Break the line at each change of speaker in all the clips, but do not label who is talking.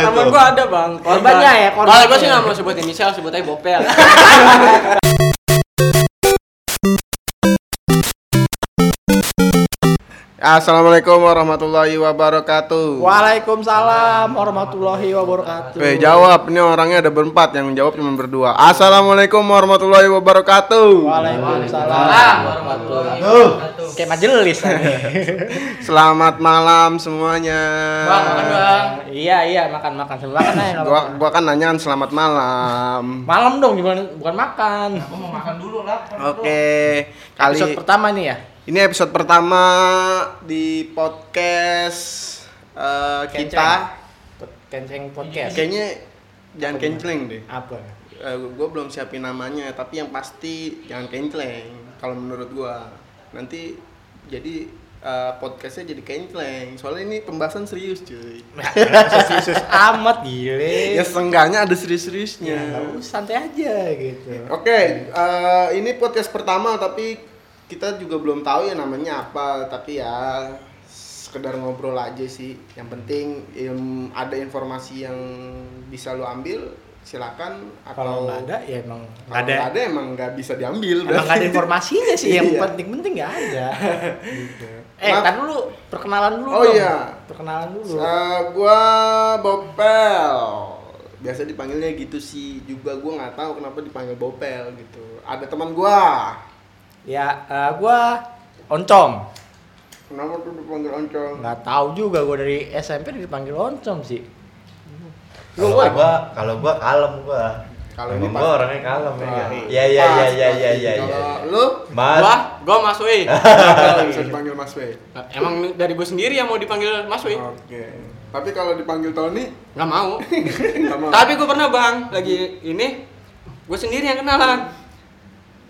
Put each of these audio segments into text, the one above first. Temen gua ada bang
Korbannya ya, korban.
Kalau gua sih nggak mau sebut inisial, sebut aja Bopel
Assalamualaikum warahmatullahi wabarakatuh.
Waalaikumsalam warahmatullahi wabarakatuh.
Weh, jawab, ini orangnya ada berempat yang jawab cuma berdua. Assalamualaikum warahmatullahi wabarakatuh.
Waalaikumsalam.
Ah, warahmatullahi
Kayak majelis. tadi.
Selamat malam semuanya.
Bang, makan bang
Iya iya makan makan Sambil makan aja. nggak
Gua
apa-apa.
gua kan nanya kan selamat malam.
Malam dong bukan bukan makan.
Oke,
Episode
kali
pertama nih ya.
ini episode pertama di podcast eh, kita.
Kenceng podcast.
Kayaknya jangan kencleng deh.
Apa?
gue Eh, belum siapin namanya, tapi yang pasti jangan kencleng. Kalau menurut gue, nanti jadi eh, podcastnya jadi kencleng. Soalnya ini pembahasan serius, cuy.
Nah,
Iya.
Serius amat gile.
ya seenggaknya ada
Ya,
serius-seriusnya.
iya. nggak usah, santai aja gitu.
Oke, eh, ini podcast pertama, tapi kita juga belum tahu ya namanya apa. Tapi ya sekedar ngobrol aja sih. Yang penting ilm- ada informasi yang bisa lo ambil, silakan.
Kalau
Atau
nggak ada ya emang
Kalau nggak ada. emang nggak bisa diambil.
Emang nggak ada informasinya sih, yang
Iya.
penting-penting nggak ada. Gitu. Eh,
Maaf.
kan dulu perkenalan dulu
Oh
dong.
iya.
Perkenalan dulu.
Eh, gua Bopel. Biasa dipanggilnya gitu sih. Juga gua nggak tahu kenapa dipanggil Bopel gitu. Ada teman gua.
Ya, eh, gua oncom.
Kenapa tuh dipanggil Oncong?
Nggak tahu juga gua dari SMP dipanggil oncom sih.
Kalau gua, kalau gua kalem gua.
Kalau
Kalau
ini
gua
pas-
orangnya kalem ya.
Ah, pas,
Iya iya iya iya
pas.
iya iya. iya.
Kalau lu
Mas,
Gua, gua Mas Wi
kenapa bisa dipanggil Mas Wei?
Emang dari gua sendiri yang mau dipanggil Mas Wi
Oke. Tapi kalau dipanggil Tony
Nggak mau
nggak mau.
Tapi gua pernah bang, lagi ini Gua sendiri yang kenalan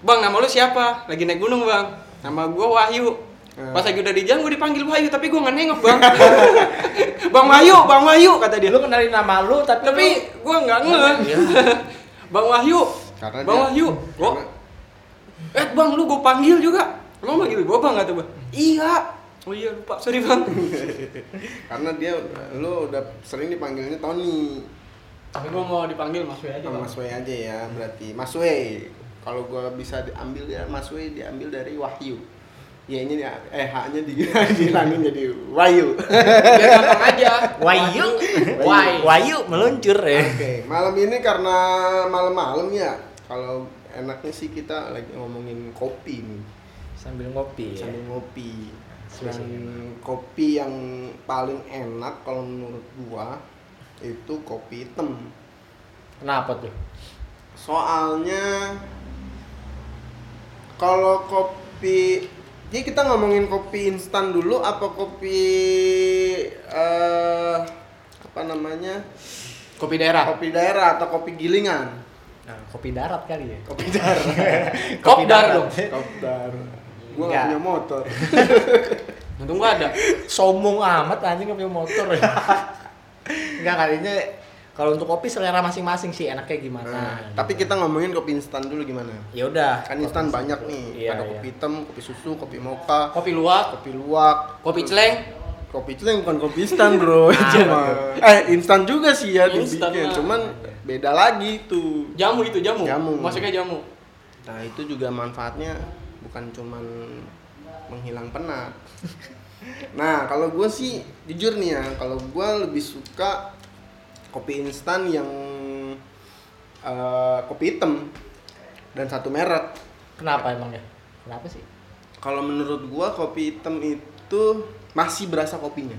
Bang, nama lu siapa? Lagi naik gunung bang Nama gua Wahyu Pas lagi udah di jalan gua dipanggil Wahyu, tapi gua nggak nengok bang Bang Wahyu, Bang Wahyu kata dia
Lu kenalin nama lu tapi,
tapi
lu-
gua nggak ngeh bang Wahyu
Karena
bang Wahyu
dia-
oh
karena-
eh bang lu gua panggil juga lu panggil gua bang kata bang iya oh iya lupa sorry bang
Karena dia lu udah sering dipanggilnya Tony.
tapi gua mau dipanggil mas Wei aja
Sama
bang
Mas Wei aja ya berarti. Mas Wei. Kalau gua bisa diambil ya Mas Wei diambil dari Wahyu. Y-nya dia, eh H-nya di- dihilangin jadi Wahyu.
biar gampang aja iya.
Wayu.
Wahyu.
Wayu meluncur ya.
Oke, malam ini karena malam-malam ya. Kalau enaknya sih kita lagi ngomongin kopi nih.
Sambil ngopi ya.
Sambil ngopi. Dan kopi yang paling enak kalau menurut gua itu kopi hitam.
Kenapa tuh?
Soalnya kalau kopi jadi kita ngomongin kopi instan dulu apa kopi eh apa namanya?
kopi daerah
Kopi daerah atau kopi gilingan?
Nah, kopi darat kali ya.
Kopi daerah.
kopdar
darat.
dong
Kopdar. Gua
Nggak.
gak punya motor.
untung gua ada
Sombong amat anjing nggak punya motor ya. Enggak kalinya kalau untuk kopi selera masing-masing sih enaknya gimana. Gitu.
Nah, tapi kita ngomongin kopi instan dulu gimana?
ya udah
Kan instan banyak nih.
Iya,
Ada
iya.
kopi hitam, kopi susu, kopi mocha,
kopi luwak
kopi luwak,
kopi
terus-
celeng
Kopi celeng bukan kopi instan, Bro. Cuma eh instan juga sih ya
Nah, Instan
dibikin,
mah.
cuman beda lagi tuh.
jamu itu jamu
Jamu.
masuknya jamu
Nah, itu juga manfaatnya bukan cuman menghilang penat. Nah, kalau gue sih jujur nih ya, kalau gue lebih suka kopi instan yang eh, kopi hitam dan satu merek.
kenapa emang ya? Kenapa sih?
Kalau menurut gue kopi hitam itu masih berasa kopinya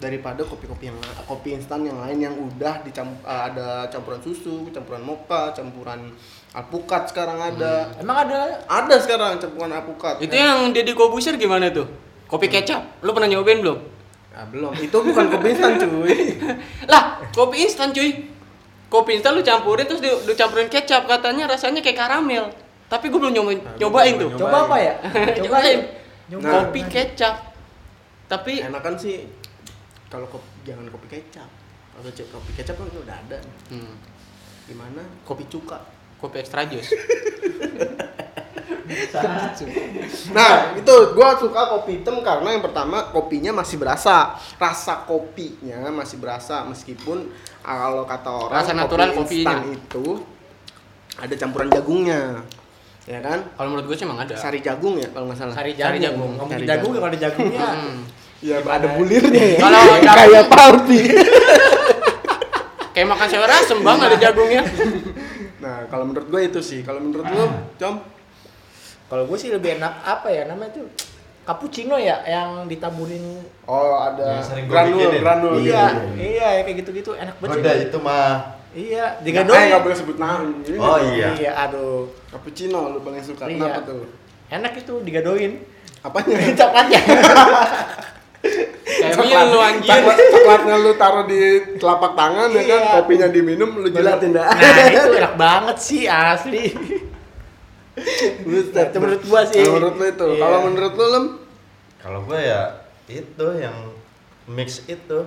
daripada kopi-kopi yang kopi instan yang lain yang udah dicamp, eh, ada campuran susu, campuran mocha, campuran alpukat sekarang ada.
Emang ada
Ada sekarang campuran alpukat. Nah,
itu yang Deddy Kobuser gimana tuh kopi kecap lu pernah nyobain belum
Ah, belum. Itu bukan kopi instan, cuy.
lah kopi instan cuy kopi instan lu campurin terus di- lu campurin kecap katanya rasanya kayak karamel tapi gue Nah, belum nyobain
gua
nyobain
belum
tuh
nyobain.
coba apa ya? Coba
Cobain.
Nah.
kopi kecap tapi
Enak kan sih kalau kopi jangan kopi kecap. Kalau kecap- kopi kecap kan udah ada.
hmm,
Gimana? Kopi cuka.
kopi ekstra jus
Nah, itu gua suka kopi hitam karena yang pertama kopinya masih berasa. Rasa kopinya masih berasa meskipun ah, kalau kata orang
Rasa natural
instan
kopinya.
itu ada campuran jagungnya. Ya kan?
Kalau menurut gue sih emang ada.
Sari jagung ya kalau nggak salah.
Sari
Sari
jagung.
jagung.
Ngomong
Sari
jagung
jagung.
kalau ada jagungnya. Iya,
Hmm.
Ya ada bulirnya ya.
Kalau
kayak
jagung-
party.
Kayak makan sayur asem bang ada jagungnya.
nah, kalau menurut gue itu sih. Kalau menurut lu, Com?
Kalau gue sih lebih enak apa ya namanya tuh? Cappuccino ya yang ditaburin
Oh, ada
Yang sering gua
granul,
bikinin.
granul. gitu.
iya,
gitu.
iya ya kayak gitu-gitu enak banget.
Udah
sih.
itu mah.
Iya,
Nggak-
digadoin.
ya?
eh, nggak boleh sebut nama.
Oh iya.
Iya, aduh.
Cappuccino lu paling suka.
Iya.
Kenapa tuh?
Enak itu digadoin.
Apanya?
Coklatnya.
Kayak mie lu anjir.
Coklat- Coklatnya lu taruh di telapak tangan ya kan,
Iya.
kopinya diminum lu jilatin dah.
Nah, itu enak banget sih asli. Itu menurut gua sih.
Nah, menurut lu itu.
Iya.
Kalau menurut lu lem
Kalau gue ya itu yang mix itu.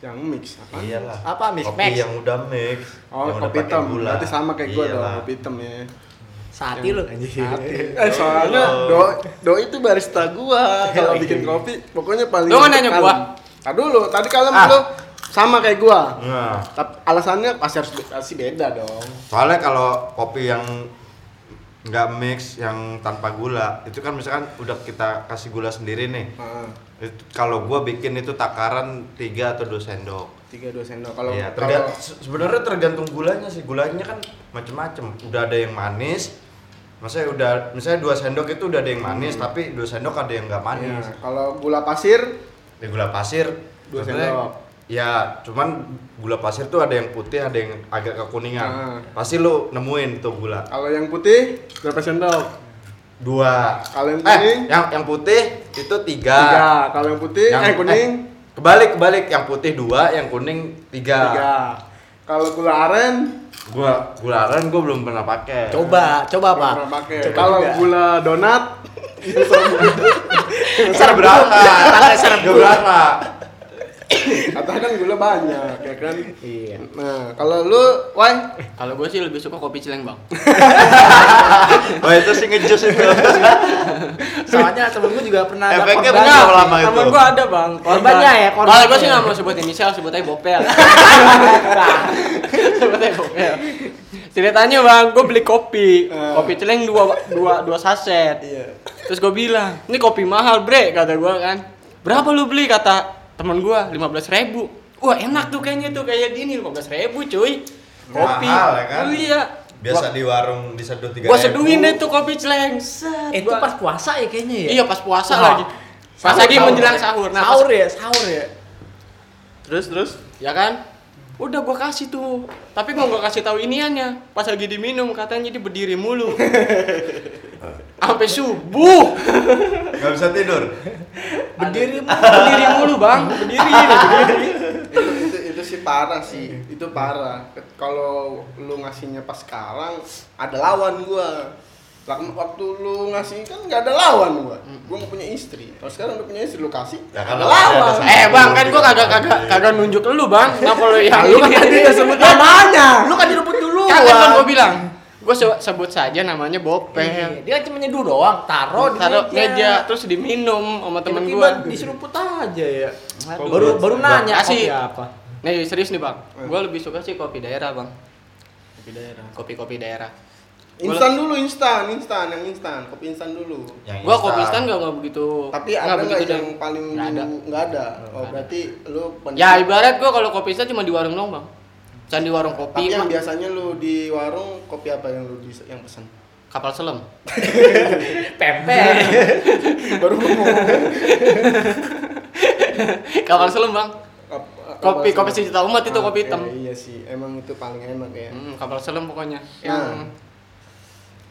yang mix apa?
Iyalah.
Apa mix? Mix?
Kopi yang udah mix.
Oh, kopi
yang Ya, udah pakai
hitam.
gula. Iya
Berarti sama kayak gua dong,
Iyalah.
kopi hitam ya.
Sati lu anjir.
Eh, soalnya do do itu barista gua kalau bikin kopi pokoknya paling
Lu nggak nanya
kalem.
gua?
Tadi dulu, tadi kalem
Ah.
lu sama kayak gua.
Nah,
Tapi alasannya pasti harus pasti beda dong.
soalnya kalau kopi yang nggak mix yang tanpa gula itu kan misalkan udah kita kasih gula sendiri nih
Heeh.
Itu- kalau gua bikin itu takaran 3 atau 2 sendok
3 2 sendok kalau
Iya,
kalau
tergan- se- sebenarnya tergantung gulanya sih. Gulanya kan macem-macem. Udah ada yang manis. Maksudnya udah misalnya dua sendok itu udah ada yang manis,
Hmm.
tapi dua sendok ada yang nggak
Iya,
manis.
kalau gula pasir
Ya, gula pasir
Iya. Dua
sebenarnya-
sendok.
Ya, cuman gula pasir tuh ada yang putih, ada yang agak kekuningan.
Ah.
Pasti lu nemuin tuh gula.
Kalau yang putih berapa sendok?
Dua.
Kalau yang kuning?
eh, yang yang putih itu tiga.
Tiga. Kalau yang putih,
Yang
eh kuning
eh, kebalik kebalik, yang putih dua, yang kuning
tiga. Kalau gula aren
Gua gula aren gua belum pernah pakai.
Coba, coba apa?
belum pernah pakai.
Coba
Kalau
juga.
gula donat
Serap berasa. Serap berasa.
katanya kan gula banyak ya kan.
Iya.
Nah, kalau lu Wan
Kalau gue sih lebih suka kopi cileng bang.
Wah itu sih ngejus itu.
Soalnya temen gue juga pernah ada
Efeknya
korban.
berapa lama itu? Iya.
Temen gue ada bang.
Korbannya ya, korban.
Kalau gue sih nggak mau sebut inisial, sebut aja bopel. sebut aja bopel. Ceritanya bang, gue beli kopi,
Eh.
kopi celeng dua dua dua saset.
Iya.
Terus gue bilang, ini kopi mahal bre, kata gue kan. Berapa lu beli kata temen gue, lima belas ribu. Wah enak tuh kayaknya tuh kayak gini lima belas ribu cuy. Kopi.
Mahal, ya kan?
Iya.
Biasa di warung diseduh tiga
Gua seduhin deh tuh kopi celeng. Set,
Itu
gua-
pas puasa ya kayaknya ya?
Iya pas puasa
Nah.
lagi. Pas
Sahur,
lagi
sahur.
menjelang sahur. Nah, pas-
sahur ya, sahur ya.
Terus terus ya kan? Udah gua kasih tuh. Tapi mau gua kasih tahu iniannya. Pas lagi diminum katanya jadi berdiri mulu. Sampai subuh.
Gak bisa tidur.
Berdiri
Berdiri mulu, Bang. Berdiri, berdiri.
itu, itu, itu sih parah sih. Itu parah. Ke- Kalau lu ngasihnya pas sekarang ada lawan gua. Lah, waktu lu ngasih kan nggak ada lawan gua. Gua nggak punya istri. Kalau sekarang lu punya istri lu kasih.
Ya
ada
kalau ada
lawan.
saya-
Eh, Bang, kan gua kagak kagak kagak nunjuk lu, Bang. Kenapa lu yang
Lu kan tadi udah sebut namanya.
Lu kan direbut dulu.
Kagak kan gua bilang. Gua se- sebut saja namanya Bopel.
Dia kan cuma nyeduh doang, taruh di
Taruh meja terus diminum sama temen
Tiba-tiba
gua.
diseruput aja ya.
Aduh.
Baru baru nanya
Kasih.
kopi apa.
Nih serius nih bang,
Iya.
gue lebih suka sih kopi daerah bang. Kopi-kopi daerah.
Instan dulu, instan, instan, yang instan, kopi instan dulu.
Yang
Gua kopi instan gak, nggak begitu.
Tapi ada nggak
begitu
yang
deh.
paling
Nggak ada.
nggak ada? Oh
Nggak ada.
berarti lu penikmat.
Ya ibarat gue kalau kopi instan cuma di warung dong bang. Cuma di warung
Tapi
kopi
yang
ma-
biasanya lu di warung kopi apa yang lu di, yang pesan?
kapal selam.
Pempek.
Baru lu mau
kapal selam bang. Kopi kopi sejuta umat itu kopi hitam.
iya sih, emang itu paling enak ya.
Hmm, kapal selam pokoknya. Hmm.
Nah.
Yang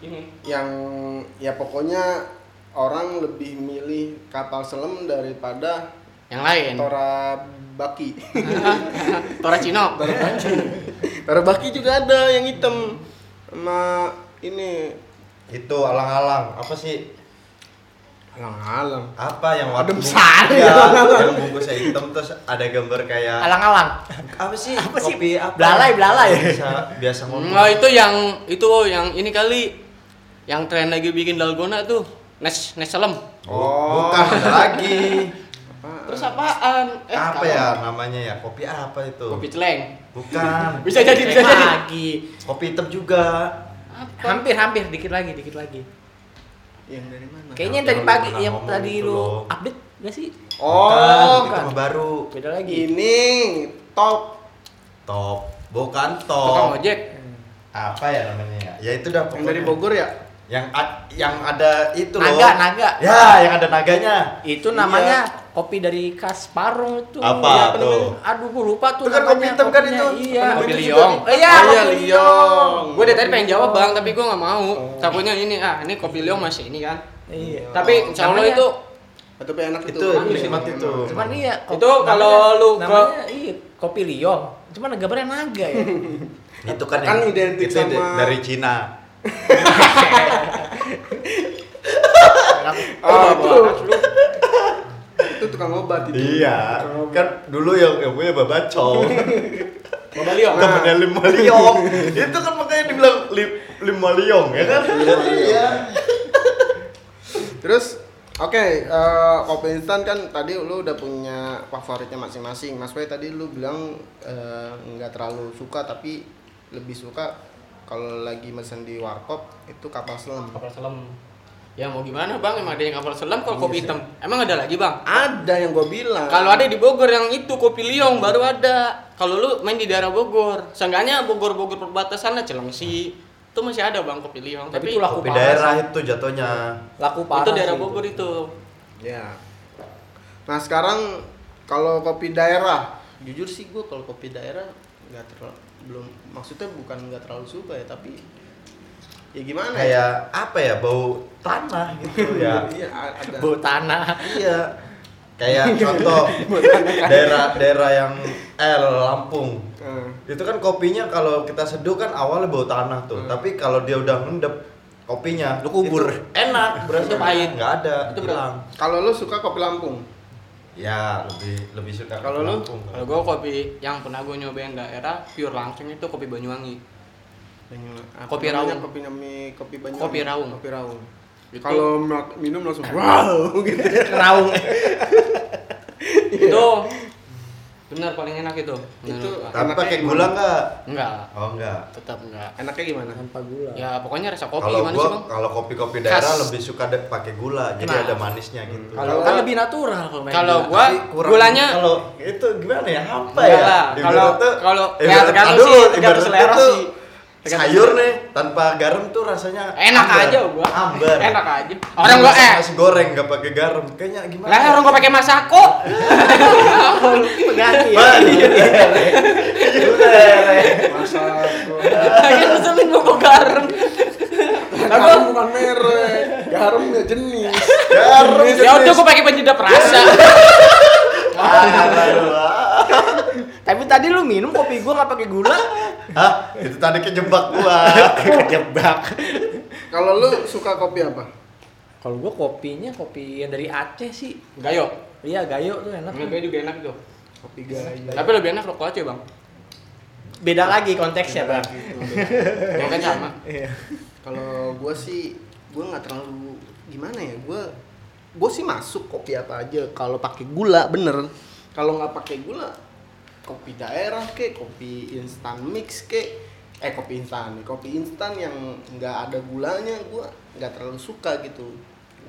ini.
Yang ya pokoknya orang lebih milih kapal selam daripada
Yang lain.
torabaki.
Toracino.
torabaki. torabaki juga ada yang hitam sama ini
Itu alang-alang. Apa sih?
alang-alang.
Apa yang waktu
Adem sari,
Iya,
alang-alang.
yang bungkusnya hitam terus ada gambar kayak
Alang-alang.
apa sih?
Apa sih?
Kopi apa?
Belalai, belalai.
Hmm, oh,
Bisa biasa ngomong.
Enggak itu yang itu yang ini kali Yang tren lagi bikin dalgona tuh, Nes Neselem.
Oh, bukan ada lagi.
Terus apaan?
apa
kawan.
ya namanya ya? Kopi apa itu?
Eh, Kopi celeng.
Bukan.
Bisa jadi, bisa jadi.
lagi.
Kopi hitam juga.
Apa?
Hampir hampir dikit lagi, dikit lagi.
Yang dari mana?
Kayaknya yang
Yang
tadi
lu
pagi
pernah
yang
ngomong
tadi
itu
lu
loh.
update gak sih?
Oh,
Bukan, itu mah baru.
Beda
Iya,
lagi.
ini top
Top. Bukan
Tukang
top.
ojek.
Apa ya namanya ya? Ya itu
yang
dah pokoknya.
dari Bogor ya?
Yang ad- yang ada itu loh.
Naga, naga.
Ya, yang ada naganya.
Itu
Iya.
namanya kopi dari khas Parung itu. Ya,
Apa tuh?
namanya- Aduh, gua lupa tuh.
Itu
namanya
kan kopi hitam kan
kopinya.
itu?
Iya.
Kopi
Itu juga
liong.
di-
Eh, iya,
Oh,
kopi liong.
Gue dari tadi pengen jawab bang, tapi gue nggak mau. Takutnya ini ah ini kopi liong masih ini kan.
Iya.
Tapi insya Allah
Namanya-
itu
Atau pe enak
Itu nikmat itu.
Cuman iya. kopi-
Itu kalau
namanya-
lu ke-
namanya iya, kopi liong. Cuman gambarnya naga ya.
Itu kan,
Kan
yang-
identik
itu de-
sama-
dari Cina.
Oh,
Wah,
itu.
lu.
Itu tukang obat itu.
Iya.
Tukang obat.
Kan dulu yang yang punya babacong.
Bapak liong.
temennya lima liong itu kan makanya dibilang lim, lima liong ya kan iya
Terus oke, eh, kopi instan kan tadi lu udah punya favoritnya masing-masing. Mas Wei tadi lu bilang eh, nggak terlalu suka tapi lebih suka kalau lagi mesen di warkop itu kapal selam.
Kapal selam. Ya mau gimana bang, emang ada yang kapal selam kalau
Iya
kopi hitam. Emang ada lagi bang?
Ada yang gue bilang.
Kalau ada di Bogor yang itu kopi liong baru ada. Kalau lu main di daerah Bogor, seenggaknya Bogor-Bogor perbatasan lah Cilengsi. Itu masih ada bang kopi liong. Tapi,
Tapi itu laku
kopi
parah.
daerah
sih.
itu jatuhnya
Laku parah.
itu daerah
sih
Bogor itu.
Ya. Nah sekarang kalau kopi daerah, jujur sih gue kalau kopi daerah nggak terlalu belum maksudnya bukan nggak terlalu suka ya tapi ya gimana ya?
kayak apa ya bau tanah gitu ya
Iya, a- ada.
Bau tanah.
iya kayak contoh daerah daerah yang eh Lampung
Eh,
itu kan kopinya kalau kita seduh kan awalnya bau tanah tuh
Hmm.
tapi kalau dia udah ngendep kopinya
Lu kubur.
itu enak berasa
Itu pahit.
nggak ada
Itu berapa?
hilang
Kalau lo suka kopi Lampung?
ya lebih lebih suka
Kalau lu?
Lampung.
Kalau gua kopi yang pernah gua nyobain daerah pure langsung itu kopi Banyuwangi. Kopi
namanya?
Raung.
Kopi nami kopi Banyuwangi.
Kopi Raung.
Kopi Raung.
Itu-
Kalau ma- minum langsung wow gitu.
Raung.
Itu benar paling enak itu.
Itu
Menurut gua.
tapi
Enaknya
pakai
gimana?
gula nggak
enggak,
oh enggak
tetap enggak.
Enaknya gimana?
Tanpa gula.
Ya pokoknya rasa kopi
kalau
gimana
gua
sih bang?
kalau kopi-kopi daerah
Khas.
lebih suka de- pakai gula jadi
Nah.
ada manisnya gitu
Kalau-
kan lebih natural kalau main
Kalau
gula.
gua gulanya
kalau itu gimana ya apa
Enggak
ya
lah, kalau
Ibarat tuh-
kalau ya
ibarat-
tergantung
aduh,
sih, tergantung
ibarat
selera
tuh
sih. Tergantung
sayur nih tanpa garam tuh rasanya
Enak
amber.
aja gua.
amber
Enak aja. Orang gua
Nasi-
eh
nasi goreng nggak pakai garam kayaknya gimana
Lah orang gua pakai masako.
Pengganti ya.
Wah, iya, iya, iya. Bener.
Masa gua-
Kayak ngeselin gua kok garam. Aku
Garam bukan merek, garam ya jenis.
garam
ya udah gua pakai penyedap rasa. iya.
Tapi tadi lu minum kopi gua nggak pakai gula.
Hah? itu tadi kejebak gua
Kejebak.
Kalau lo suka kopi apa?
Kalau gua kopinya kopi yang dari Aceh sih.
Gayo.
Iya, gayo tuh enak.
Gayo juga enak tuh.
Kopi gayo.
Tapi lebih enak rokok aja, Bang.
Beda lagi konteksnya, Bang.
Ya kan sama.
Kalau gua sih gua nggak terlalu gimana ya gua gua sih masuk kopi apa aja kalau pakai gula bener kalau nggak pakai gula kopi daerah kek kopi instan mix kek eh kopi instan kopi instan yang nggak ada gulanya gua nggak terlalu suka gitu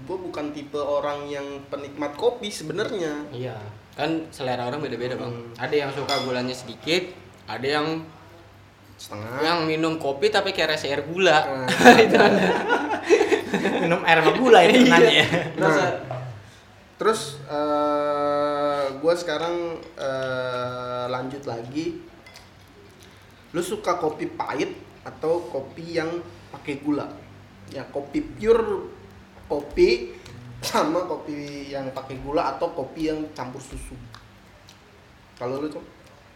gua bukan tipe orang yang penikmat kopi sebenarnya
Iya. Kan selera orang beda-beda, Bang.
Hmm.
Ada yang suka gulanya sedikit, ada yang
setengah
yang minum kopi tapi kayak rasa air gula.
Nah,
Minum air sama gula itu nanya.
Nah.
Rasa
Terus eh gue sekarang eh, lanjut lagi. Lu suka kopi pahit atau kopi yang pakai gula? Ya kopi pure kopi sama kopi yang pakai gula atau kopi yang campur susu. Kalau lu tuh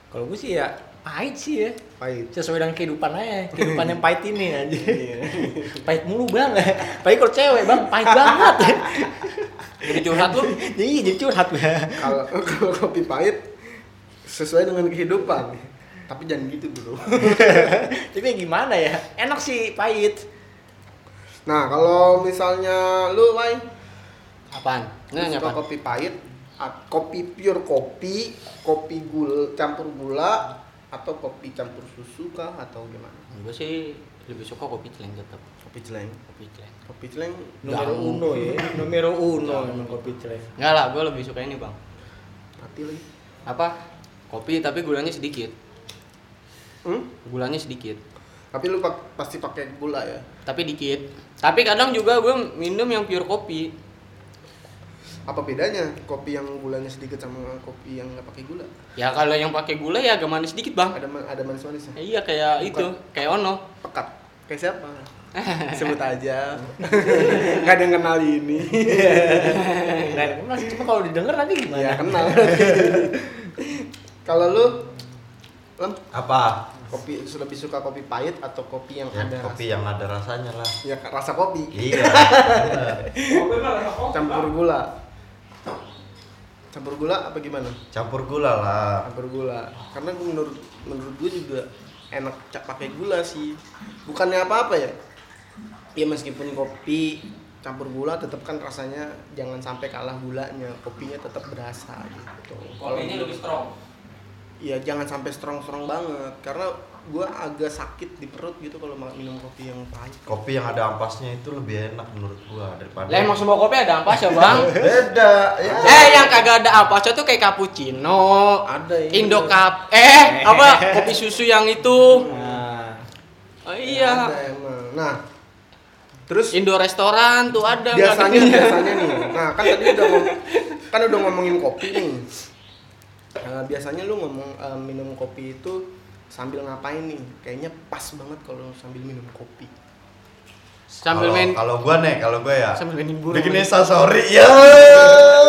Kalau gua sih ya pahit sih ya.
pahit.
Sesuai dengan kehidupan aja, kehidupan yang pahit ini aja. pahit mulu bang, pahit kalau cewek bang, pahit banget.
jadi curhat lu.
Iya, jadi curhat gue.
Kalau kalau kopi pahit sesuai dengan kehidupan. Tapi jangan gitu dulu.
ya? Tapi gimana ya? Enak sih pahit.
Nah, kalau misalnya lu Wai,
Apaan?
Nah,
suka
nyapa.
kopi pahit, at- kopi pure kopi, kopi gula campur gula atau kopi campur susu kah atau gimana?
Gue sih lebih suka kopi celeng tetap.
Kopi celeng.
Kopi celeng.
Kopi celeng
Numero uno ya, numero uno emang kopi cerai.
Enggak lah, gue lebih suka ini bang.
mati lagi.
Apa? Kopi tapi gulanya sedikit.
Hmm?
Gulanya sedikit.
Tapi lu pak- pasti pakai gula ya.
Tapi dikit. Tapi kadang juga gue minum yang pure kopi.
Apa bedanya kopi yang gulanya sedikit sama kopi yang nggak pakai gula?
Ya kalau yang pakai gula ya agak manis sedikit bang.
Ada ma- ada manis-manisnya.
Ya, iya kayak
Bukan.
itu, kayak ono.
Pekat. Kayak siapa? Sebut aja. Nggak ada yang kenal ini.
Nah, masih cuma kalau didengar nanti gimana?
ya kenal. Kalau lu Lem,
Apa?
kopi lebih suka kopi pahit atau kopi yang
Ya,
ada
kopi yang ada rasanya lah.
rasa, ya rasa kopi
Iya.
campur gula campur gula apa gimana
Campur gula lah.
campur gula karena gua menurut menurut gue juga enak ca- pakai gula sih bukannya apa-apa ya ya meskipun kopi campur gula tetap kan rasanya jangan sampai kalah gulanya kopinya tetap berasa gitu
lebih strong.
ya jangan sampai strong strong banget karena gua agak sakit di perut gitu kalau ma- minum kopi yang pahit
Kopi yang ada ampasnya itu lebih enak menurut gua daripada Eh,
Lah emang semua kopi ada ampas ya bang?
beda ya.
eh yang kagak ada ampasnya tuh kayak cappuccino,
ada ya
Indo cup, eh apa kopi susu yang itu?
Nah,
Oh,
ada
iya.
emang nah terus
Indo restoran tuh ada.
biasanya
nggak ada.
biasanya nih nah kan tadi udah ngom- kan udah ngomongin kopi nih Nah, biasanya lu ngomong eh, minum kopi itu sambil ngapain nih kayaknya pas banget kalau sambil minum kopi
Sambil
Kalau-
main
Kalau gua nih, kalau gua ya.
sambil mainin burung.
Bikin Insta sorry ya.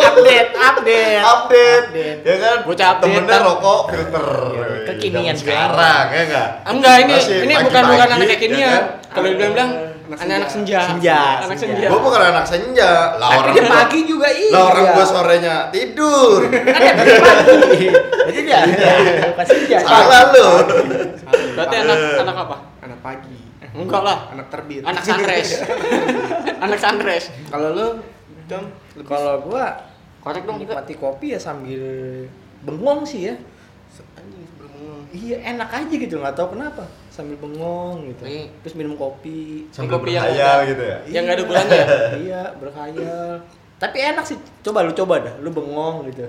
update, update.
update. Ya kan?
Bocah update,
Temennya
tar.
rokok filter.
Iya,
Iya,
Kekinian
Zaman
sekarang.
sekarang ya enggak?
Ah, Enggak ini
Masih
ini bukan
pagi-pagi,
bukan anak kekinian.
ya kan?
Kalau dibilang bilang
Anak
anak-anak
senja.
senja.
Senja,
Anak
senja.
senja.
Gua bukan anak senja. Lah orang
Dia
gua-
pagi juga iya.
Lah orang gua sorenya tidur.
Berarti dia ada. Bukan senja.
Salah lu.
Berarti anak
Eh.
anak apa?
anak pagi
Enggak lah.
anak terbit
Eh. Anak sunrise. anak sunrise.
kalau lu jam
Kalau gua
Korek dong kita.
nikmati kopi ya sambil bengong sih ya.
anjing sebelum ngomong
Iya enak aja gitu nggak tahu kenapa sambil bengong gitu.
Iya.
Terus minum kopi.
Sambil
Kopi yang
berhayal
udah-
gitu ya.
Yang nggak ada gulanya ya?
iya berkhayal. Tapi enak sih. Coba lu coba dah. Lu bengong gitu.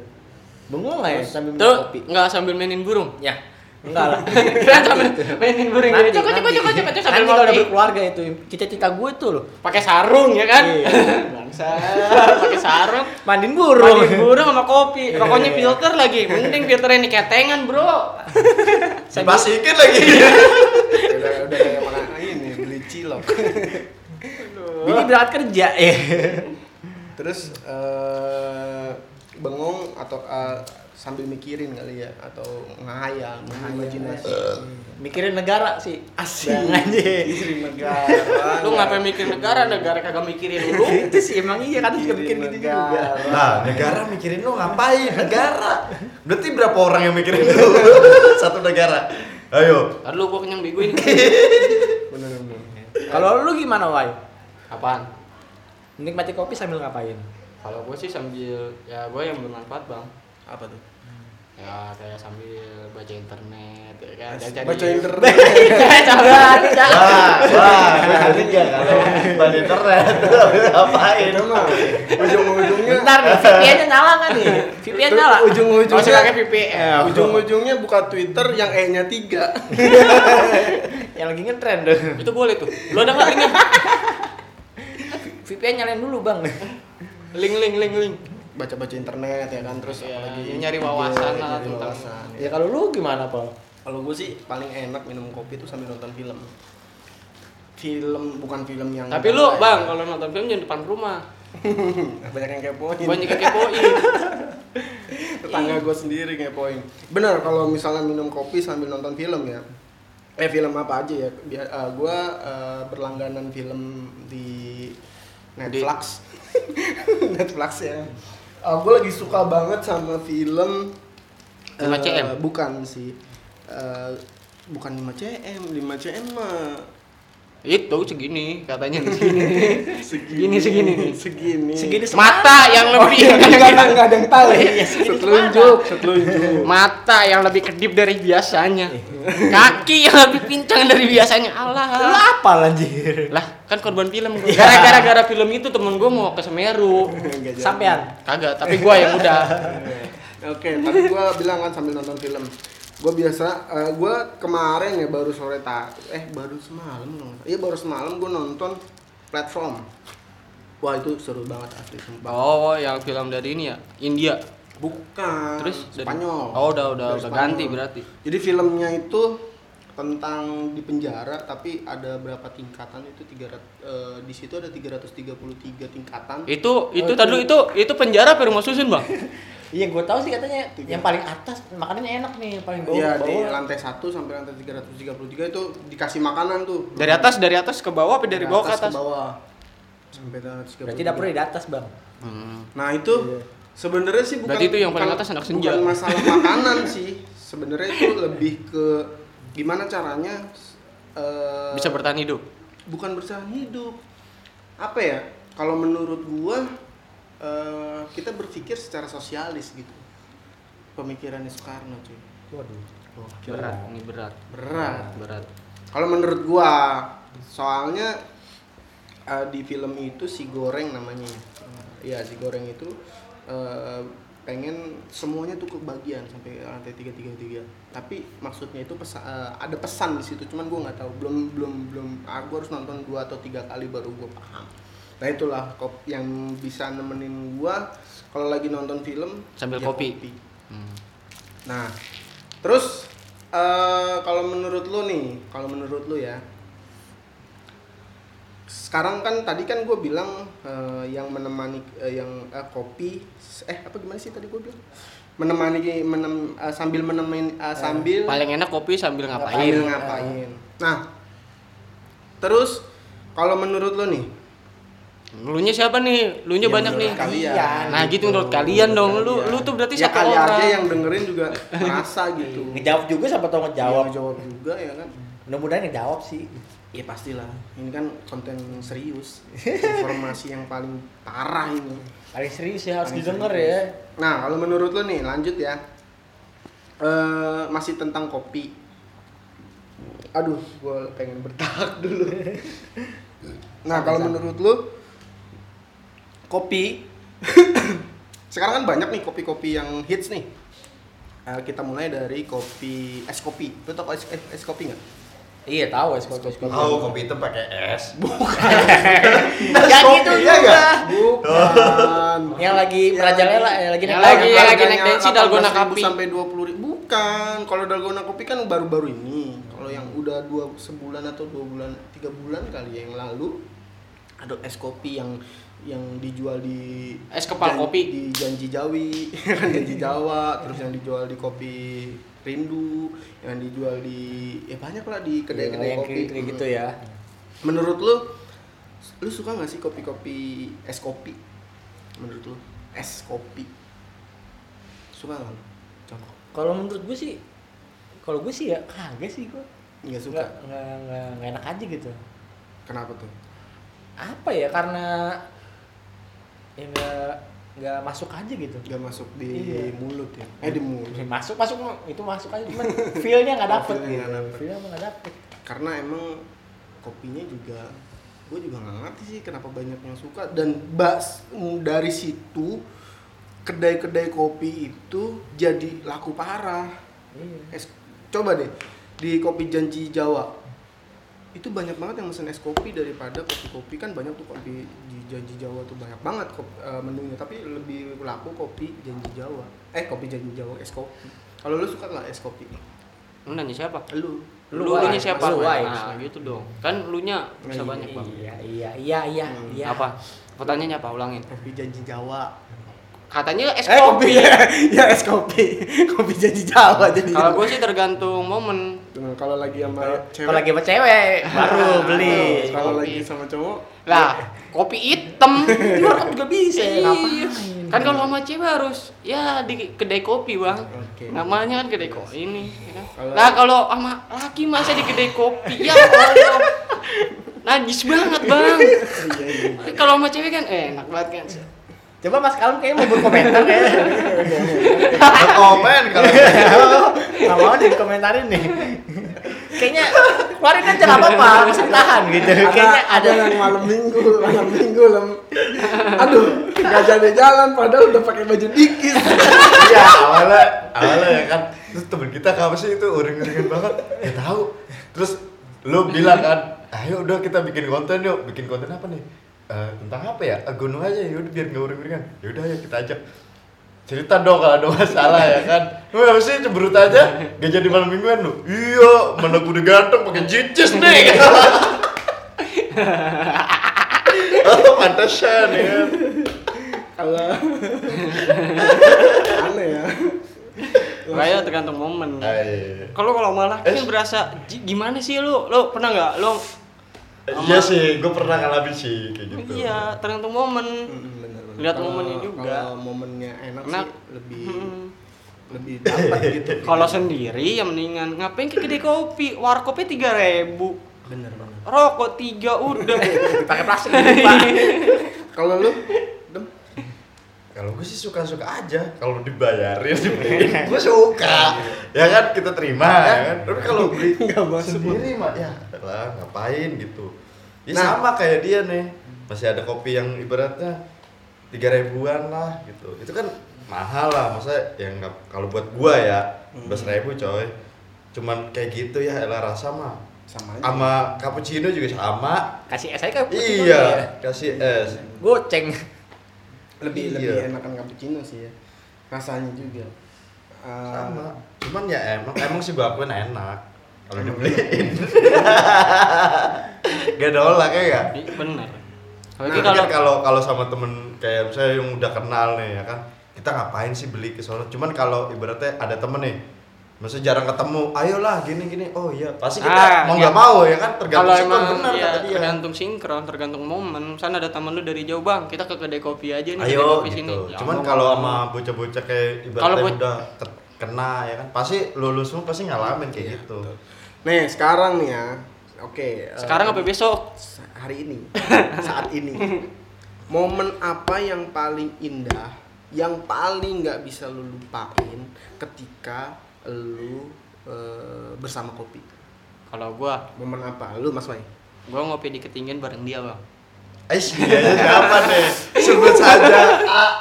Bengong lah ya sambil minum
Tuh
kopi.
enggak sambil mainin burung.
Ya enggak lah.
Kira sambil mainin burung
Nanti,
gini. Cukup cukup cukup cukup cukup sambil
Nanti kalau udah
ngopi.
berkeluarga itu cita-cita gue tuh loh.
Pakai sarung ya kan?
Iya.
Bangsa. Pakai sarung.
Mandiin
Burung.
burung.
burung sama kopi. Rokoknya filter lagi. Mending filternya ini ketengan, Bro.
Dipasikin lagi.
udah udah kayak makan ini beli cilok
Ini berangkat kerja ya.
terus eh, bengong atau eh, sambil mikirin kali ya atau ngayal imajinasi
iya.
Mikirin negara sih.
asli
aja.
mikirin negara
Lu ngapain mikir negara? Negara kagak mikirin lu.
Itu sih emang iya kan suka bikin
Mikirin
gitu juga.
negara.
Nah, negara mikirin lu ngapain? Negara. Berarti berapa orang yang mikirin lu? Satu negara. Ayo.
Ntar lu gua kenyang bego ini.
bener bener
Kalau lu gimana, Wai?
Apaan?
Menikmati kopi sambil ngapain?
Kalau gue sih sambil ya gue yang bermanfaat bang.
apa tuh
Ya kayak sambil baca internet, ya kan. Dan cari-
baca internet
Jangan, jangan, jangan.
Wah, wah, berarti enggak kalau balik internet ngapain?
itu mah ujung-ujungnya
Bentar nih, VPN-nya nyala kan nih? VPN nyala.
Gak usah pakai
ujung-ujungnya Eh,
VPN.
ujung-ujungnya buka Twitter yang E-nya tiga
Yang lagi ngetrend tuh.
Itu boleh tuh. Lu ada nggak linknya?
VPN nyalain dulu, Bang.
Link, link, link, link.
baca-baca internet ya kan terus
Iya,
apalagi
ya nyari wawasan
Iya,
lah
nyari
tentang-
wawasan, ya.
Ya kalau lu gimana, Paul?
Kalau gue sih paling enak minum kopi tuh sambil nonton film. Film bukan film yang ya,
Tapi lu bang kalau nonton film jangan depan rumah.
banyak yang kepoin.
Banyak yang kepoin.
Tetangga
Iya.
gue sendiri kepoin. Bener kalau misalnya minum kopi sambil nonton film ya. Eh film apa aja ya? Bia- eh, gua eh, berlangganan film di Netflix. Netflix ya. gue lagi suka banget sama film
Lima
eh,
CM?
bukan sih. Eh, bukan 5 CM, 5 CM mah
Itu segini katanya segini. segini segini nih.
segini
Segini
Mata yang lebih
Enggak ada enggak ada yang tahu.
Oh, iya,
Iya
setelunjuk setelunjuk Eh.
mata yang lebih kedip dari biasanya. Kaki yang lebih pincang dari biasanya.
Lu
Allah.
apa anjir?
Lah, kan korban film. gua. Gara-gara gara film itu temen gue mau ke Semeru.
Iya. Sampean.
Kagak, tapi gua yang udah.
Oke, tadi gua bilang kan sambil nonton film. Gua biasa eh, gua kemarin ya baru sore ta eh baru semalam. dong. Iya baru semalam gua nonton platform. Wah, itu seru banget asli sumpah.
Oh, yang film dari ini ya, India.
Bukan.
Terus dari-
Spanyol.
Oh, udah udah
Dari
udah
Spanyol.
ganti berarti.
Jadi filmnya itu tentang di penjara tapi ada berapa tingkatan itu 300 eh, di situ ada 333 tingkatan.
Itu itu tadi dulu, itu itu penjara apa rumah susun, Bang?
Iya, gue tahu sih katanya
Tiga.
yang paling atas makanannya enak nih, yang paling bawah.
Iya, di
bawah.
lantai 1 sampai lantai 333 itu dikasih makanan tuh.
Dari atas dari atas ke bawah apa dari bawah ke atas?
ke bawah. Sampai atas ke
Berarti
bawah.
dapurnya di atas, Bang.
Hmm,
Nah, itu
Iya.
sebenarnya sih bukan
Berarti itu yang paling
bukan-
atas anak senja.
Bukan masalah makanan sih. Sebenarnya itu lebih ke gimana caranya eh,
Bisa bertahan hidup.
bukan bertahan hidup. Apa ya? Kalau menurut gua eh, kita berpikir secara sosialis gitu. Pemikirannya Soekarno cuy.
Waduh.
Berat, ini berat.
Berat.
Berat.
Kalau menurut gua, soalnya eh, di film itu si goreng namanya. ya si goreng itu eh, pengen semuanya tuh kebagian sampai lantai 333. Tapi maksudnya itu pesa- eh, ada pesan di situ, cuman gua nggak tahu. Belum belum belum aku harus nonton dua atau tiga kali baru gua paham. Nah itulah kop- yang bisa nemenin gua kalau lagi nonton film
Sambil
ya
kopi. Hmm.
Nah, terus eh kalau menurut lu nih, kalau menurut lu ya, sekarang kan tadi kan gue bilang eh, yang menemani eh, yang eh, kopi eh apa gimana sih tadi gue bilang menemani menem, eh, sambil menemani eh, sambil
Paling enak kopi sambil
Sambil
ngapain?
ngapain. Nah, terus kalau menurut lu nih,
Lu nya siapa nih? Lu nya
yang
banyak nih.
Iya, menurut kalian,
Nah, gitu menurut kalian dong. Lu
kalian.
lu tuh berarti
ya
satu
kali aja
orang.
yang dengerin juga merasa gitu.
Ngejawab juga siapa tahu
Jawab
ngejawab.
jawab juga ya kan.
Mudah-mudahan ngejawab sih.
Iya pastilah. Ini kan konten yang serius, informasi yang paling parah ini.
Paling serius ya harus
Paling
didengar
serius.
ya.
Nah, kalau menurut lo nih, lanjut ya. Eh masih tentang kopi. Aduh, gue pengen bertahak dulu. nah, kalau menurut lo, kopi. Sekarang kan banyak nih kopi-kopi yang hits nih. Eh, kita mulai dari kopi es kopi. Lo tau es, es, es kopi nggak?
Iya, tahu es kopi. es kopi.
Tahu kopi hitam pakai es.
Ya gitu
iya
juga.
nggak? Bukan.
Yang lagi
Yang
merajalela,
lagi- ya.
yang lagi
yang
naik
lagi-
daun.
yang lagi naik tensi, dalgona kopi.
kopi sampai 20 ribu. Bukan, kalau dalgona kopi kan baru-baru ini. Kalau yang udah dua sebulan atau dua bulan, tiga bulan kali ya yang lalu ada es kopi yang yang dijual di
Es kepal
jan-
kopi.
di janji Jawi, kan janji Jawa, terus yang dijual di kopi Rindu, yang dijual di ya banyak lah
Iya,
di kedai-kedai
yang
kopi.
kayak kayak gitu ya.
Menurut lu, lu suka nggak sih kopi-kopi es kopi? Menurut lu, es kopi suka nggak? lu? Contoh,
Kalau menurut gue sih kalau gue sih ya kagak sih gue.
nggak suka.
Nggak, nggak, nggak, nggak enak aja gitu.
Kenapa tuh?
Apa ya karena ya nggak nggak masuk aja gitu.
Nggak masuk di
Iya.
mulut ya? Eh di mulut.
masuk masuk itu masuk aja cuman feelnya nggak
Oh,
dapet
feel-nya
gitu.
nggak dapet.
feelnya emang nggak dapet
Karena emang kopinya juga gue juga nggak ngerti sih kenapa banyak yang suka dan bas mm, dari situ kedai-kedai kopi itu jadi laku parah
iya
es coba deh di kopi janji Jawa itu banyak banget yang mesen es kopi daripada kopi-kopi kan banyak tuh kopi di janji Jawa tuh banyak banget kop- eh, menunya tapi lebih laku kopi janji Jawa eh kopi janji Jawa es kopi kalau lu suka nggak es kopi
Lu nanya siapa?
lu
Lu
Lu
lu nya
wise,
siapa?
lu wise.
Nah, gitu dong. Kan lu nya bisa
Nah,
banyak, Bang.
iya iya iya iya,
Hmm,
iya.
Apa? Pertanyaannya apa? Ulangin.
kopi janji Jawa
Katanya es
eh kopi
kopi.
ya, ya es kopi kopi janji Jawa jadi
Kalau gue sih tergantung momen.
Nah, kalau lagi sama cewek
kalau lagi sama cewek baru beli
kalau
kopi.
lagi sama cowok
Lah, kopi hitam di warkop juga bisa.
Iya.
Kan kalau sama cewek harus ya di kedai kopi, Bang.
Oke.
Namanya kan kedai kopi ini. ya kan?
Kalau-
Nah, kalau sama laki masa di kedai kopi ya Allah. najis banget bang kalau sama cewek kan enak banget kan
Coba Mas Kalem kayaknya mau berkomentar kayaknya.
komen kalau gitu.
Nggak mau nih komentarin nih. Kayaknya keluarin aja nggak apa-apa, masa tahan gitu. Kayaknya ada
yang malam minggu, malam minggu lem. Aduh, nggak jadi jalan padahal udah pakai baju dikis.
Iya, awalnya awalnya ya kan. Terus temen kita kenapa sih itu uring-uringan banget? Ya tahu. Terus lu bilang kan, "Ayo udah kita bikin konten yuk." Bikin konten apa nih? Eh, tentang apa ya? Eh, gunung aja ya udah biar nggak uring-uringan. Ya udah ya kita ajak. Cerita dong kalau ada masalah ya kan. Lu apa sih cemberut aja? Gak jadi malam mingguan lu. Iya, mana gue udah ganteng pakai cicis nih. oh, pantesan ya. kan.
Kalau aneh ya.
kayak tergantung momen
Nah, Ay.
kalau kalau malah
Eh.
kan berasa "Ji, gimana sih lu lu pernah nggak lu
Iya sih, gue pernah ngalamin sih kayak gitu.
iya tergantung momen Lihat
Kalau-
momennya juga.
Kalau momennya enak,
Enak.
sih lebih
Hmm.
Mm.
lebih dapat gitu.
kalau sendiri ya mendingan ngapain ke kedai kopi warkopnya tiga ribu
bener banget.
rokok tiga udah
pakai plastik gitu, Pak.
Kalau lu Dem?
Kalau gue sih suka-suka aja. Iya. Kalau dibayarin, dibeliin, gue suka. ya kan kita terima, ya kan. Tapi kalau beli sendiri mah ya lah ngapain gitu. Ya
Nah.
sama kayak dia nih. Masih ada kopi yang ibaratnya tiga ribuan lah gitu. Itu kan mahal lah. Masa yang nggak- kalau buat gua ya belas ribu coy. Cuman kayak gitu ya elah rasa mah.
sama
Iya.
aja.
Sama cappuccino juga sama.
Kasih es saya kan.
Iya, kasih es.
Goceng.
lebih
Iya.
lebih enakan cappuccino sih ya. Rasanya juga. Eh,
sama cuman ya emang emang si bakwan enak kalau dibeliin gak nolak ya gak
Ih, bener
Tapi
Apalagi
kan
kalau
kalau kalau sama temen kayak misalnya yang udah kenal nih ya kan kita ngapain sih beli ke sono cuman kalau ibaratnya ada temen nih Maksudnya jarang ketemu, ayolah gini gini. Oh iya, pasti kita
Ah,
mau
iya.
nggak mau ya kan tergantung
kalau
sih
emang
benar
ya,
kata dia.
tergantung sinkron, tergantung momen. Sana ada teman lu dari jauh bang, kita ke kedai kopi aja nih. kedai
Ayo
kopi
gitu.
Ya,
Cuman
mau
kalau
nggak
sama eh,
mau.
bocah-bocah kayak
Kalau
ibaratnya
bo-
udah ke- kena ya kan, pasti lulus semua pasti ngalamin kayak gitu.
Nih sekarang nih ya. Oke. eh,
sekarang apa besok?
sa- hari ini saat ini momen apa yang paling indah yang paling nggak bisa lu lupain ketika lu eh, bersama kopi
Kalau gua,
momen apa lu mas Mai
gua ngopi di ketinggian bareng dia bang.
Ais, biayanya siapa nih? iya. Sebut saja. Ah.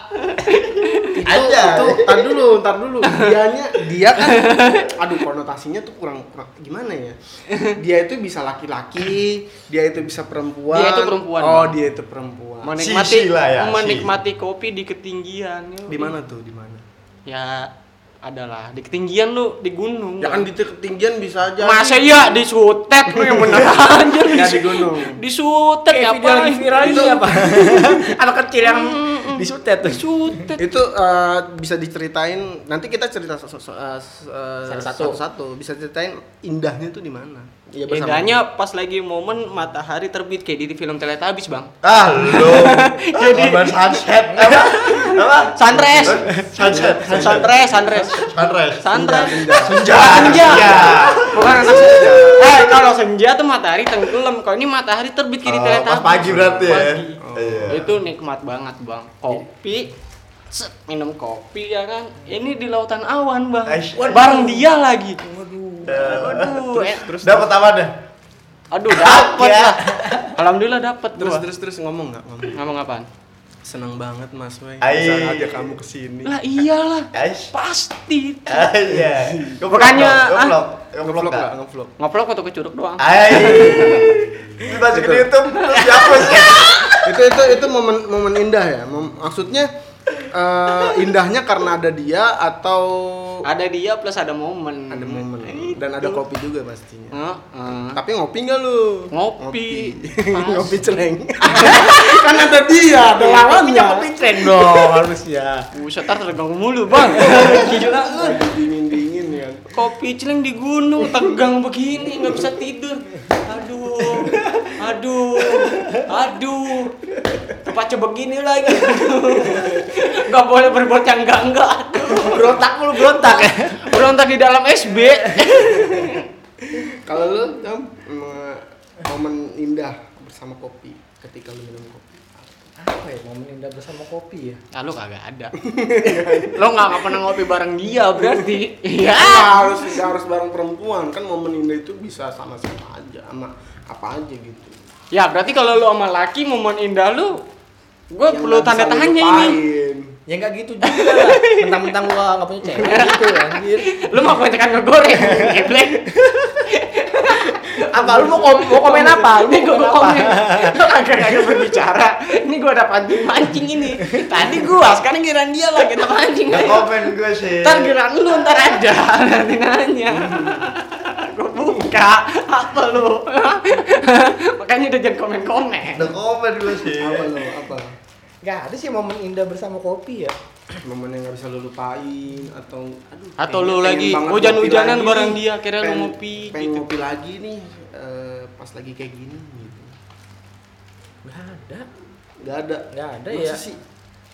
Aja.
itu ntar dulu ntar dulu dianya dia kan aduh konotasinya tuh kurang, kurang gimana ya dia itu bisa laki-laki dia itu bisa perempuan
Dia itu perempuan.
oh dia itu perempuan
Menikmati,
si lah ya, si.
menikmati kopi di ketinggian. yuk.
di mana tuh di mana
Ya adalah di ketinggian lu di gunung.
ya kan di ketinggian bisa aja
Masa iya di sutet lu yang bener aja lu
Nggak
di
di gunung
di sutet
Kayak video lagi viral ini apa? Anak kecil yang
Mm,
disutet tuh.
Di sutet.
itu eh, bisa diceritain nanti kita cerita so- so- so- eh, s- eh,
Satu-satu.
satu-satu. bisa ceritain indahnya tuh di mana Iya, bersama.
Bedanya pas lagi momen matahari terbit kayak di film Teletubbies, Bang.
Ah, lu. Jadi sunset apa? Apa?
Sunrise.
Sunset.
Sunrise, sunrise.
Sunrise. Iya.
Sunrise.
Senja.
Senja.
bukan anak senja
Eh, kalau senja tuh matahari tenggelam. Kalau ini matahari terbit kayak di
Oh,
Teletubbies.
pas pagi berarti ya.
Pagi.
Iya.
Itu nikmat banget, Bang. Kopi set, minum kopi ya kan ini di lautan awan bang
Aish.
bareng dia lagi aduh eh,
terus ya.
Dapat apa deh? Iya.
aduh dapet lah alhamdulillah dapet
terus
gua.
terus terus ngomong nggak ngomong
ngomong apaan
seneng banget mas Wei
Ai.
bisa ngajak kamu kesini
lah iyalah
Guys.
pasti
Iya. Goblok,
Bukannya-
goblok,
ngevlog
goblok
nggak
nggak?
ngevlog
ngoplok atau ke curug doang
Ai. Itu masukin di YouTube terus dihapus.
itu itu itu momen momen indah ya Mom- maksudnya eh, indahnya karena ada dia atau
ada dia plus ada momen
ada momen
Itu.
dan ada kopi juga pastinya
Heeh.
tapi ngopi nggak lu
Ngopi.
ngopi, ngopi celeng Iya, kan ada dia ada
Kopinya
lawannya Oh, ya.
kopi tren dong harusnya.
Buset, ntar terganggu mulu bang Gila lu
dingin dingin ya
Kopi celeng di gunung, tegang begini, nggak bisa tidur Aduh, aduh, aduh Kepacu begini lagi aduh. Nggak boleh berbuat yang enggak-enggak
Berontak mulu berontak.
Berontak di dalam SB
kalau lu Tom, em, momen indah bersama kopi ketika lu minum kopi?
apa ya momen indah bersama kopi ya
Ah, lu kagak ada. lo nggak pernah ngopi bareng dia berarti. Iya.
Nggak harus nggak harus bareng perempuan kan momen indah itu bisa sama-sama aja sama apa aja gitu.
ya berarti kalau lu sama laki momen indah lu, gue Oh,
Yang
perlu
nggak
tanda
bisa lu
tangannya ini.
lupain.
ya nggak gitu juga lah mentang-mentang gua nggak punya cewek gitu anjir
Lu mau gue tekan ngegoreng, geblek.
apa lu mau kom- mau komen apa lu
Ini
mau
gue
komen apa
komen. Lu kagak kagak berbicara. Ini gue ada pancing mancing ini. Tadi gue, sekarang giliran dia lah kita mancing.
Nggak
ayo.
komen gue sih.
Ntar giliran lu ntar aja nanti nanya. Gue buka apa lu? Makanya udah jangan komen-komen.
Nggak komen gue sih.
Apa lo apa?
nggak ada sih momen indah bersama kopi ya
Momen yang nggak bisa lu lupain atau aduh.
Atau lu
kayaknya pengen
lagi
banget
hujan-hujanan
ngopi lagi
bareng
nih.
dia, akhirnya lu
Pengen-
ngopi
Pengen
gitu.
ngopi lagi nih eh, pas lagi kayak gini gitu.
nggak ada
Nggak ada.
Nggak ada
Masa
ya.
sih?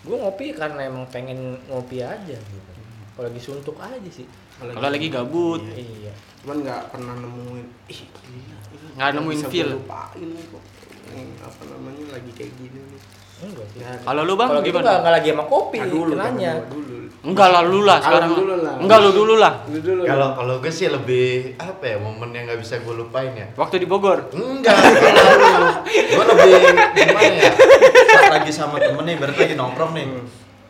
gue ngopi karena emang pengen ngopi aja gitu kalau lagi suntuk aja sih
Kalau lagi gabut,
iya
cuman nggak pernah nemuin ih gila ini
Nggak nemuin
bisa gua
feel.
lupain nih kok Yang apa namanya lagi kayak gini nih
enggak sih
Nggak ada.
kalau lu bang
kalau gitu nggak
gimana?
nggak lagi sama kopi
Nggak dulu
kenanya
jangan dulu dulu.
Enggak lah lu lah
Kalau
sekarang.
dulu lah.
Enggak lu dulu lah.
Dulu dulu
Kalau kalau gue sih lebih apa ya momen yang nggak bisa gue lupain ya.
Waktu di Bogor.
Enggak, gue tahu. Gue lebih gimana ya? Saat lagi sama temen nih, berarti lagi nongkrong nih.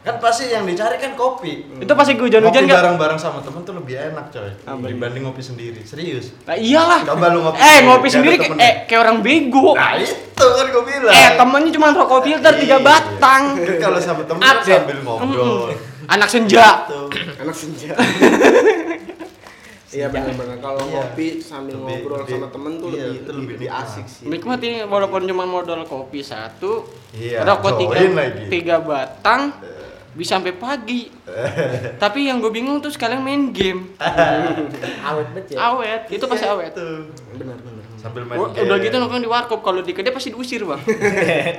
Kan pasti yang dicari kan kopi.
Itu pasti gue hujan-hujan
Ngopi
kan?
bareng-bareng sama temen tuh lebih enak coy Dibanding ngopi sendiri, serius
Nah, iyalah.
Coba lu ngopi
Eh
sendiri,
ngopi
gak
sendiri
ada
kayak
temennya.
eh, kayak orang bego.
Nah itu kan gue bilang
Eh temennya cuma rokok filter tiga
Iya.
batang.
Kan Kalau sama temen kan
Update.
sambil ngobrol Gitu.
Anak senja.
Tuh.
anak senja Iya benar-benar kalau
Iya.
ngopi sambil
Lebih-
ngobrol
lebih-
sama temen tuh
iya,
lebih
itu lebih
lebih
nikmat.
asik sih.
Nikmati walaupun cuma modal kopi satu,
Iya,
rokok tiga,
join lagi. Eh.
tiga batang, bisa sampai pagi. Tapi yang gue bingung tuh sekalian main game,
Ah,
awet banget ya
awet, itu pasti awet.
Tuh.
Benar-benar.
Gitu. Sambil iya. main game
Udah gitu nongkrong di warkop, kalau di kedai pasti diusir bang.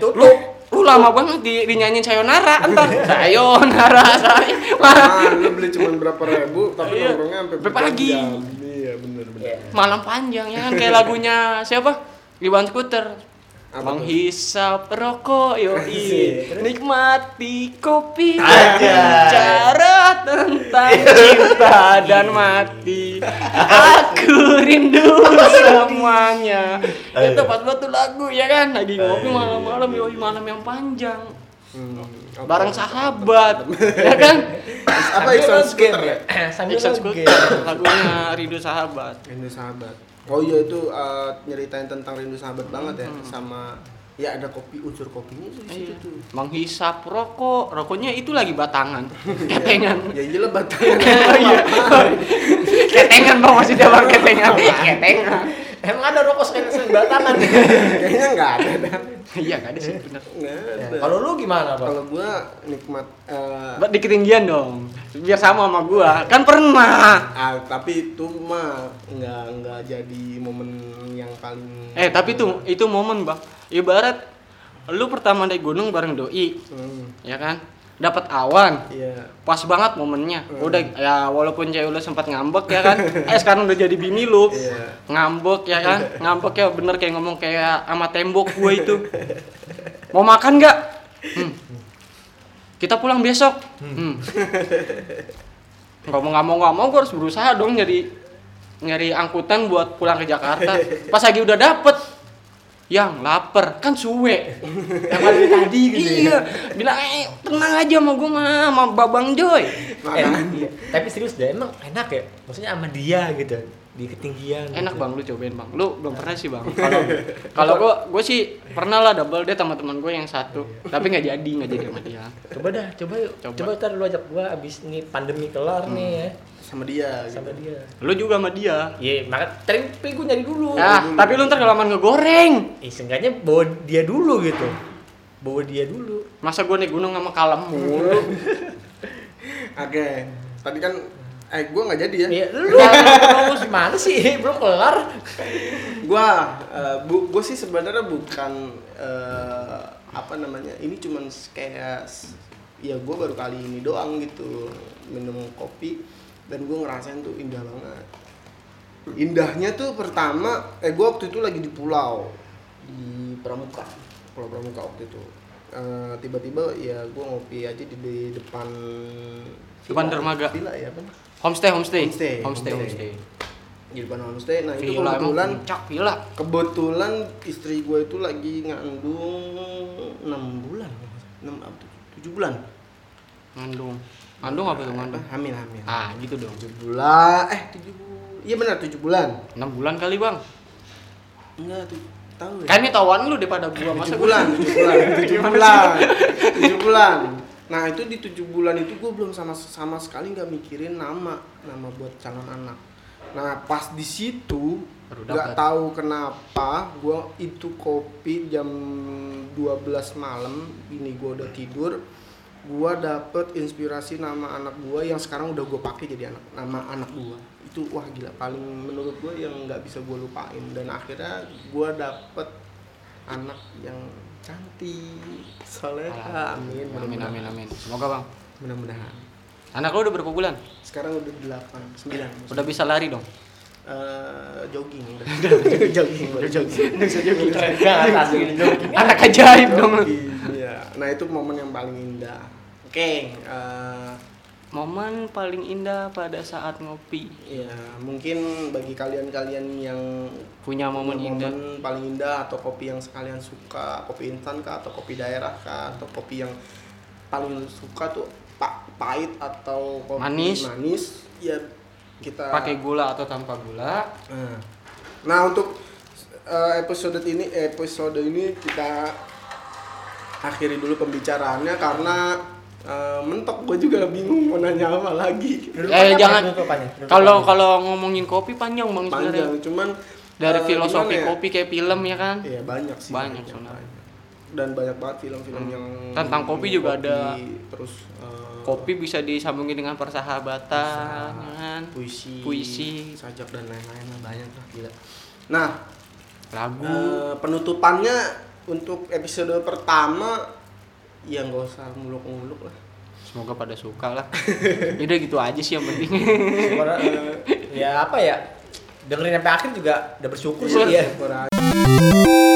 tutup
Lu lu lama banget di, dinyanyiin sayonara, entar sayonara, sayonara.
Ah, lu beli cuman berapa ribu tapi
Iya.
nongkrongnya sampai
Sampai pagi.
berjam-jam. Iya benar-benar.
malam panjang ya kan kayak lagunya siapa Iwan Scooter
Apa tuh? Iya.
menghisap rokok yoi
Asik.
nikmati kopi
Anjay.
bicara tentang
Iya.
cinta dan mati aku rindu semuanya
Ayo.
itu pas banget tuh lagu ya kan lagi ngopi
Ayo.
malam-malam yoi malam yang panjang
Hmm, apa?
bareng sahabat ya kan
apa
Sambil
Iksan
lo
Scooter
game
ya?
sambil
Iksan
lo
Scooter
game
lagunya rindu sahabat
Rindu sahabat. Oh iya itu eh, nyeritain tentang rindu sahabat banget ya sama ya ada kopi unsur kopinya tuh di situ
Hmm. Iya.
tuh.
Menghisap rokok, rokoknya itu lagi batangan. Oh, iya. Ketengan.
Ya iya batangan.
ketengan bang masih dia bang ketengan. Ketengan.
emang ada rokok sekalian sekalian batangan
Kayaknya nggak ada dah.
Iya nggak ada sih bener.
Nggak
Ya,
ada.
kalau lu gimana pak
Kalau gua nikmat eh,
Buat di ketinggian dong. Biar sama sama gua. Kan pernah.
ah, tapi itu mah nggak nggak jadi momen yang paling
Eh tapi tuh itu momen bang. Ibarat lu pertama naik gunung bareng doi,
Hmm,
ya kan? Dapat awan.
iya
Pas banget momennya. Udah ya walaupun cewek lu sempat ngambek ya kan. Eh sekarang udah jadi bini lu.
iya
ngambek ya kan ngambek ya bener kayak ngomong kayak sama tembok gue itu mau makan nggak Hmm. kita pulang besok hmm. ngomong nggak mau nggak mau gue harus berusaha dong nyari nyari angkutan buat pulang ke Jakarta pas lagi udah dapet yang lapar kan suwe
yang paling tadi gitu ya?
iya bilang eh tenang aja sama gue mah sama babang Joy
Eh,
Makanya.
iya. tapi serius deh emang enak ya maksudnya sama dia gitu di ketinggian
enak
gitu.
bang lu cobain bang lu belum pernah sih bang kalau kalau gua gua sih pernah lah double date sama teman gua yang satu tapi nggak jadi nggak jadi sama dia
coba dah coba yuk
Coba.
coba, ntar lu ajak gua abis nih pandemi kelar nih ya
sama dia
sama
gitu.
dia
lu juga sama dia
iya maka tapi gua nyari dulu
ah tapi lu ntar kelamaan ngegoreng
Eh, seenggaknya bawa dia dulu gitu bawa dia dulu
masa gua naik gunung sama kalem mulu
oke tadi kan eh gua nggak jadi ya
ya lu mau gimana sih belum kelar
gua eh, bu gua sih sebenarnya bukan eh, apa namanya ini cuman kayak s- ya gua baru kali ini doang gitu minum kopi dan gua ngerasain tuh indah banget indahnya tuh pertama eh gua waktu itu lagi di pulau di Pramuka Pulau Pramuka waktu itu Eh, tiba-tiba ya gue ngopi aja di, di depan
Depan
villa.
dermaga.
villa ya kan
Homestay, homestay.
Homestay,
homestay,
homestay.
homestay.
di depan homestay nah itu
Villa emang
kebetulan
puncak villa.
kebetulan istri gue itu lagi ngandung 6 bulan 6 7 bulan
Ngandung. Ngandung apa tuh ngandung?
hamil hamil
Ah, gitu dong.
7 bulan eh 7 iya benar 7 bulan
6 bulan kali, Bang.
enggak tuh tahu ya
Kan ini tawaan lu daripada gua masa gua-
tujuh bulan, tujuh bulan, tujuh bulan, tujuh bulan. Nah itu di tujuh bulan itu gue belum sama sama sekali nggak mikirin nama nama buat calon anak. Nah pas di situ
Baru
nggak
dapat.
tahu kenapa gue itu kopi jam 12 malam ini gue udah tidur gue dapet inspirasi nama anak gue yang sekarang udah gue pakai jadi anak nama anak gue itu wah gila paling menurut gue yang nggak bisa gue lupain dan akhirnya gue dapet anak yang cantik soleha amin
Amin amin amin. Semoga, Bang.
mudah-mudahan
Anak lu udah berapa bulan?
sekarang udah delapan sembilan
Udah bisa lari dong.
Eh, jogging udah. jogging baru jogging bisa jogging
Jangan tasbih jogging.
Anak ajaib dong lu.
iya nah itu momen yang paling indah oke eh,
Momen paling indah pada saat ngopi.
ya mungkin bagi kalian-kalian yang
Punya momen indah.
paling indah atau kopi yang sekalian suka kopi instan kah atau kopi daerah kah atau kopi yang paling suka tuh pa- pahit atau kopi
Manis.
manis ya kita
Pakai gula atau tanpa gula?
Nah. Nah untuk eh, episode ini episode ini kita akhiri dulu pembicaraannya karena eh, mentok gue juga bingung mau nanya apa lagi
Eh jangan.
Penutupannya, penutupannya.
Kalau kalau ngomongin kopi panjang Bang sebenarnya.
panjang cuman
Dari
eh,
filosofi
gimana ya?
kopi kayak film ya kan?
Iya banyak sih.
Banyak sebenarnya. Hmm.
Dan banyak banget film-film yang
Tentang kopi juga ada.
Terus eh,
Kopi bisa disambungin dengan persahabatan, kan?
puisi,
Puisi.
sajak dan lain-lain lah banyak lah gila. Nah,
lagu.
eh, penutupannya untuk episode pertama ya nggak usah muluk-muluk lah.
Semoga pada suka lah. Udah gitu aja sih yang penting.
Karena, eh, ya apa ya dengerin sampai akhir juga udah bersyukur sih
Syukur.
ya.
Syukur aja.